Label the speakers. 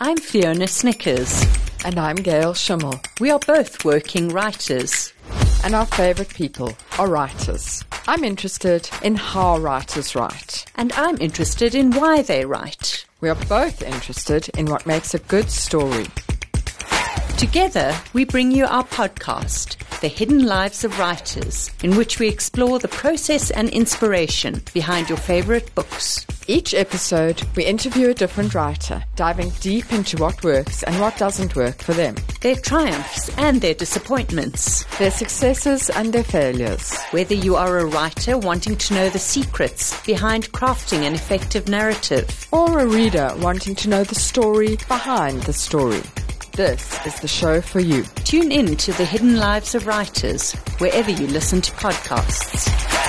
Speaker 1: I'm Fiona Snickers,
Speaker 2: And I'm Gail Schimmel,
Speaker 1: we are both working writers.
Speaker 2: and our favourite people are writers. I'm interested in how writers write.
Speaker 1: And I'm interested in why they write.
Speaker 2: We are both interested in what makes a good story.
Speaker 1: Together, we bring you our podcast, The Hidden Lives of Writers, in which we explore the process and inspiration behind your favourite books.
Speaker 2: Each episode, we interview a different writer, diving deep into what works and what doesn't work for them,
Speaker 1: Their triumphs and their disappointments.
Speaker 2: their successes and their failures.
Speaker 1: Whether you are a writer wanting to know the secrets behind crafting an effective narrative,
Speaker 2: or a reader wanting to know the story behind the story. This is the show for you.
Speaker 1: tune in to The Hidden Lives of Writers wherever you listen to podcasts.